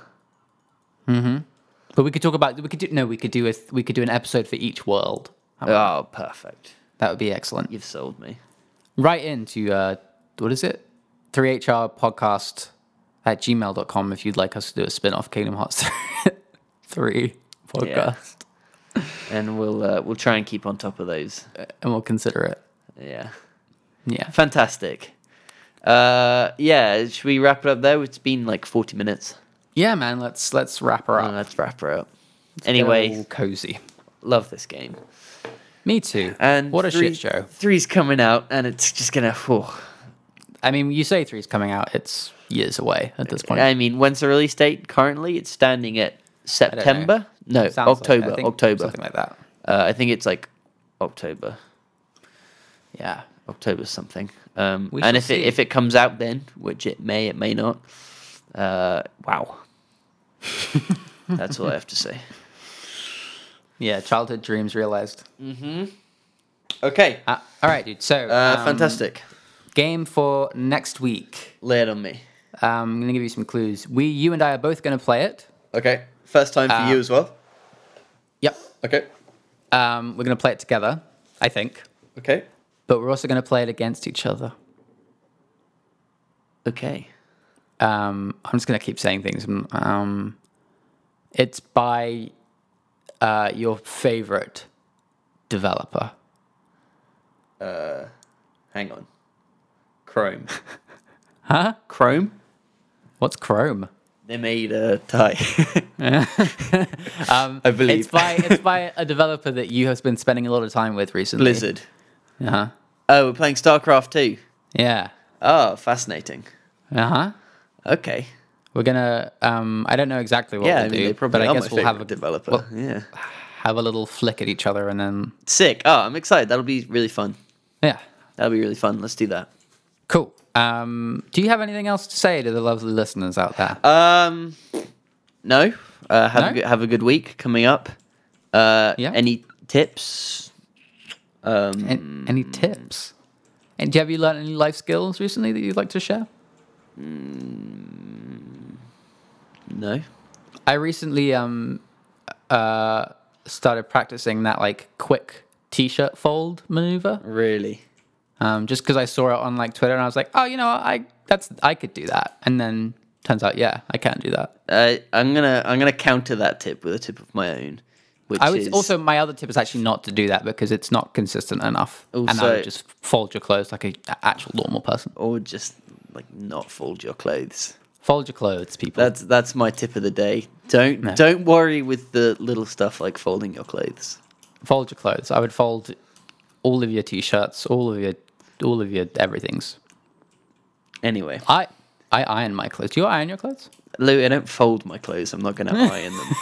Speaker 2: But we could talk about we could do no we could do a we could do an episode for each world.
Speaker 1: Oh, perfect.
Speaker 2: That would be excellent.
Speaker 1: You've sold me.
Speaker 2: Write into uh, what is it? 3HR podcast at gmail.com if you'd like us to do a spin off Kingdom Hearts 3 podcast
Speaker 1: And we'll uh, we'll try and keep on top of those.
Speaker 2: and we'll consider it.
Speaker 1: Yeah.
Speaker 2: Yeah.
Speaker 1: Fantastic. Uh, yeah, should we wrap it up there? It's been like 40 minutes.
Speaker 2: Yeah, man. Let's let's wrap her
Speaker 1: Uh,
Speaker 2: up.
Speaker 1: let's wrap her up.
Speaker 2: Get
Speaker 1: anyway,
Speaker 2: all cozy.
Speaker 1: love this game.
Speaker 2: Me too.
Speaker 1: And
Speaker 2: what a
Speaker 1: three-
Speaker 2: shit show.
Speaker 1: Three's coming out, and it's just gonna. Whew.
Speaker 2: I mean, you say three's coming out. It's years away at this point.
Speaker 1: I mean, when's the release date? Currently, it's standing at September. No,
Speaker 2: Sounds like- I
Speaker 1: October.
Speaker 2: think
Speaker 1: October.
Speaker 2: Something like that.
Speaker 1: uh, I think it's like October.
Speaker 2: Yeah.
Speaker 1: October something. Um,
Speaker 2: We
Speaker 1: and
Speaker 2: shall
Speaker 1: if it
Speaker 2: see.
Speaker 1: if it comes out then, which it may, it may not. Uh, wow. That's all I have to say.
Speaker 2: Yeah. Childhood dreams realized.
Speaker 1: Okay.
Speaker 2: Uh, all right, dude. So
Speaker 1: Uh,
Speaker 2: um,
Speaker 1: fantastic.
Speaker 2: game for next week.
Speaker 1: Lay it on me.
Speaker 2: Um, I'm gonna give you some clues. We, you, and I are both gonna play it.
Speaker 1: Okay. First time for
Speaker 2: Uh,
Speaker 1: you as well.
Speaker 2: Yep.
Speaker 1: Okay.
Speaker 2: Um, we're gonna play it together. I think.
Speaker 1: Okay.
Speaker 2: But we're also gonna play it against each other.
Speaker 1: Okay.
Speaker 2: um, I'm just gonna keep saying things. Mm, Um, it's by uh, your favorite developer.
Speaker 1: Hang on. Chrome. huh? Chrome?
Speaker 2: What's Chrome?
Speaker 1: They made a tie.
Speaker 2: Um,
Speaker 1: I believe.
Speaker 2: it's by it's by a developer that you have been spending a lot of time with recently.
Speaker 1: Blizzard.
Speaker 2: Uh huh.
Speaker 1: Oh, we're playing StarCraft 2.
Speaker 2: Yeah.
Speaker 1: Oh, fascinating.
Speaker 2: Uh huh.
Speaker 1: Okay.
Speaker 2: We're gonna. Um, I don't know exactly what
Speaker 1: yeah,
Speaker 2: we'll
Speaker 1: I mean,
Speaker 2: do,
Speaker 1: they probably
Speaker 2: but
Speaker 1: are
Speaker 2: I guess
Speaker 1: my
Speaker 2: we'll have a
Speaker 1: favourite developer.
Speaker 2: we'll
Speaker 1: yeah.
Speaker 2: have a little flick at each other and then
Speaker 1: Sick. Oh, I'm excited. That'll be really fun.
Speaker 2: yeah,
Speaker 1: That'll be really fun. Let's do that.
Speaker 2: cool. Um, do you have anything else to say to the lovely listeners out there?
Speaker 1: Um, no. Uh, have a
Speaker 2: No?
Speaker 1: good, have a good week coming up. Uh,
Speaker 2: Yeah.
Speaker 1: Any tips? Um,
Speaker 2: An any tips? And do you have you learned any life skills recently that you'd like to share?
Speaker 1: no.
Speaker 2: I recently um, uh, started practicing that like quick t-shirt fold maneuver,
Speaker 1: Really.
Speaker 2: um, just because I saw it on like Twitter and I was like, oh, you know, what? I that's I could do that, and then turns out, yeah, I can do that.
Speaker 1: Uh, I'm gonna I'm gonna counter that tip with a tip of my own. Which
Speaker 2: I would
Speaker 1: is
Speaker 2: also my other tip is actually not to do that because it's not consistent enough, and I
Speaker 1: Also-
Speaker 2: would just fold your clothes like a a actual normal person.
Speaker 1: or just like not fold your clothes.
Speaker 2: Fold your clothes, people.
Speaker 1: That's that's my tip of the day. Don't don't worry with the little stuff like folding your clothes.
Speaker 2: fold your clothes. I would fold all of your t-shirts, all of your all of your everything's.
Speaker 1: Anyway,
Speaker 2: I I iron my clothes. Do you iron your clothes?
Speaker 1: Lou, I don't fold my clothes. I'm not going to iron them.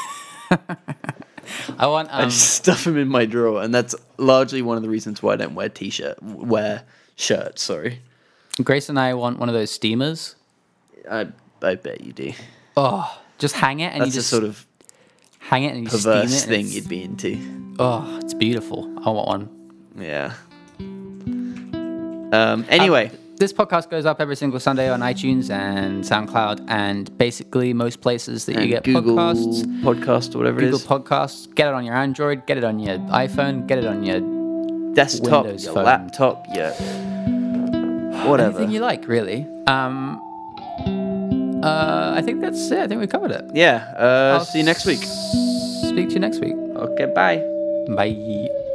Speaker 2: I want um,
Speaker 1: I just stuff them in my drawer, and that's largely one of the reasons why I don't wear t-shirt wear shirts. Sorry,
Speaker 2: Grace and I want one of those steamers.
Speaker 1: I I bet you do.
Speaker 2: Oh, just hang it and
Speaker 1: That's
Speaker 2: you
Speaker 1: a
Speaker 2: just
Speaker 1: sort of
Speaker 2: hang it and you steam it.
Speaker 1: perverse
Speaker 2: and
Speaker 1: thing
Speaker 2: it's-
Speaker 1: you'd be into.
Speaker 2: Oh, it's beautiful. I want one.
Speaker 1: Yeah. Um. Anyway,
Speaker 2: Uh, This podcast goes up every single Sunday on iTunes and SoundCloud and basically most places that you
Speaker 1: and
Speaker 2: get
Speaker 1: Google
Speaker 2: podcasts.
Speaker 1: podcast or whatever
Speaker 2: Google
Speaker 1: it is,
Speaker 2: Podcasts. Get it on your Android. Get it on your iPhone. Get it on your
Speaker 1: desktop,
Speaker 2: Windows
Speaker 1: your
Speaker 2: phone.
Speaker 1: laptop, your whatever.
Speaker 2: anything you like, really. Um, uh, I think that's it. I think we covered it.
Speaker 1: Yeah. Uh, see you next week.
Speaker 2: Speak to you next week.
Speaker 1: Okay. Bye.
Speaker 2: Bye.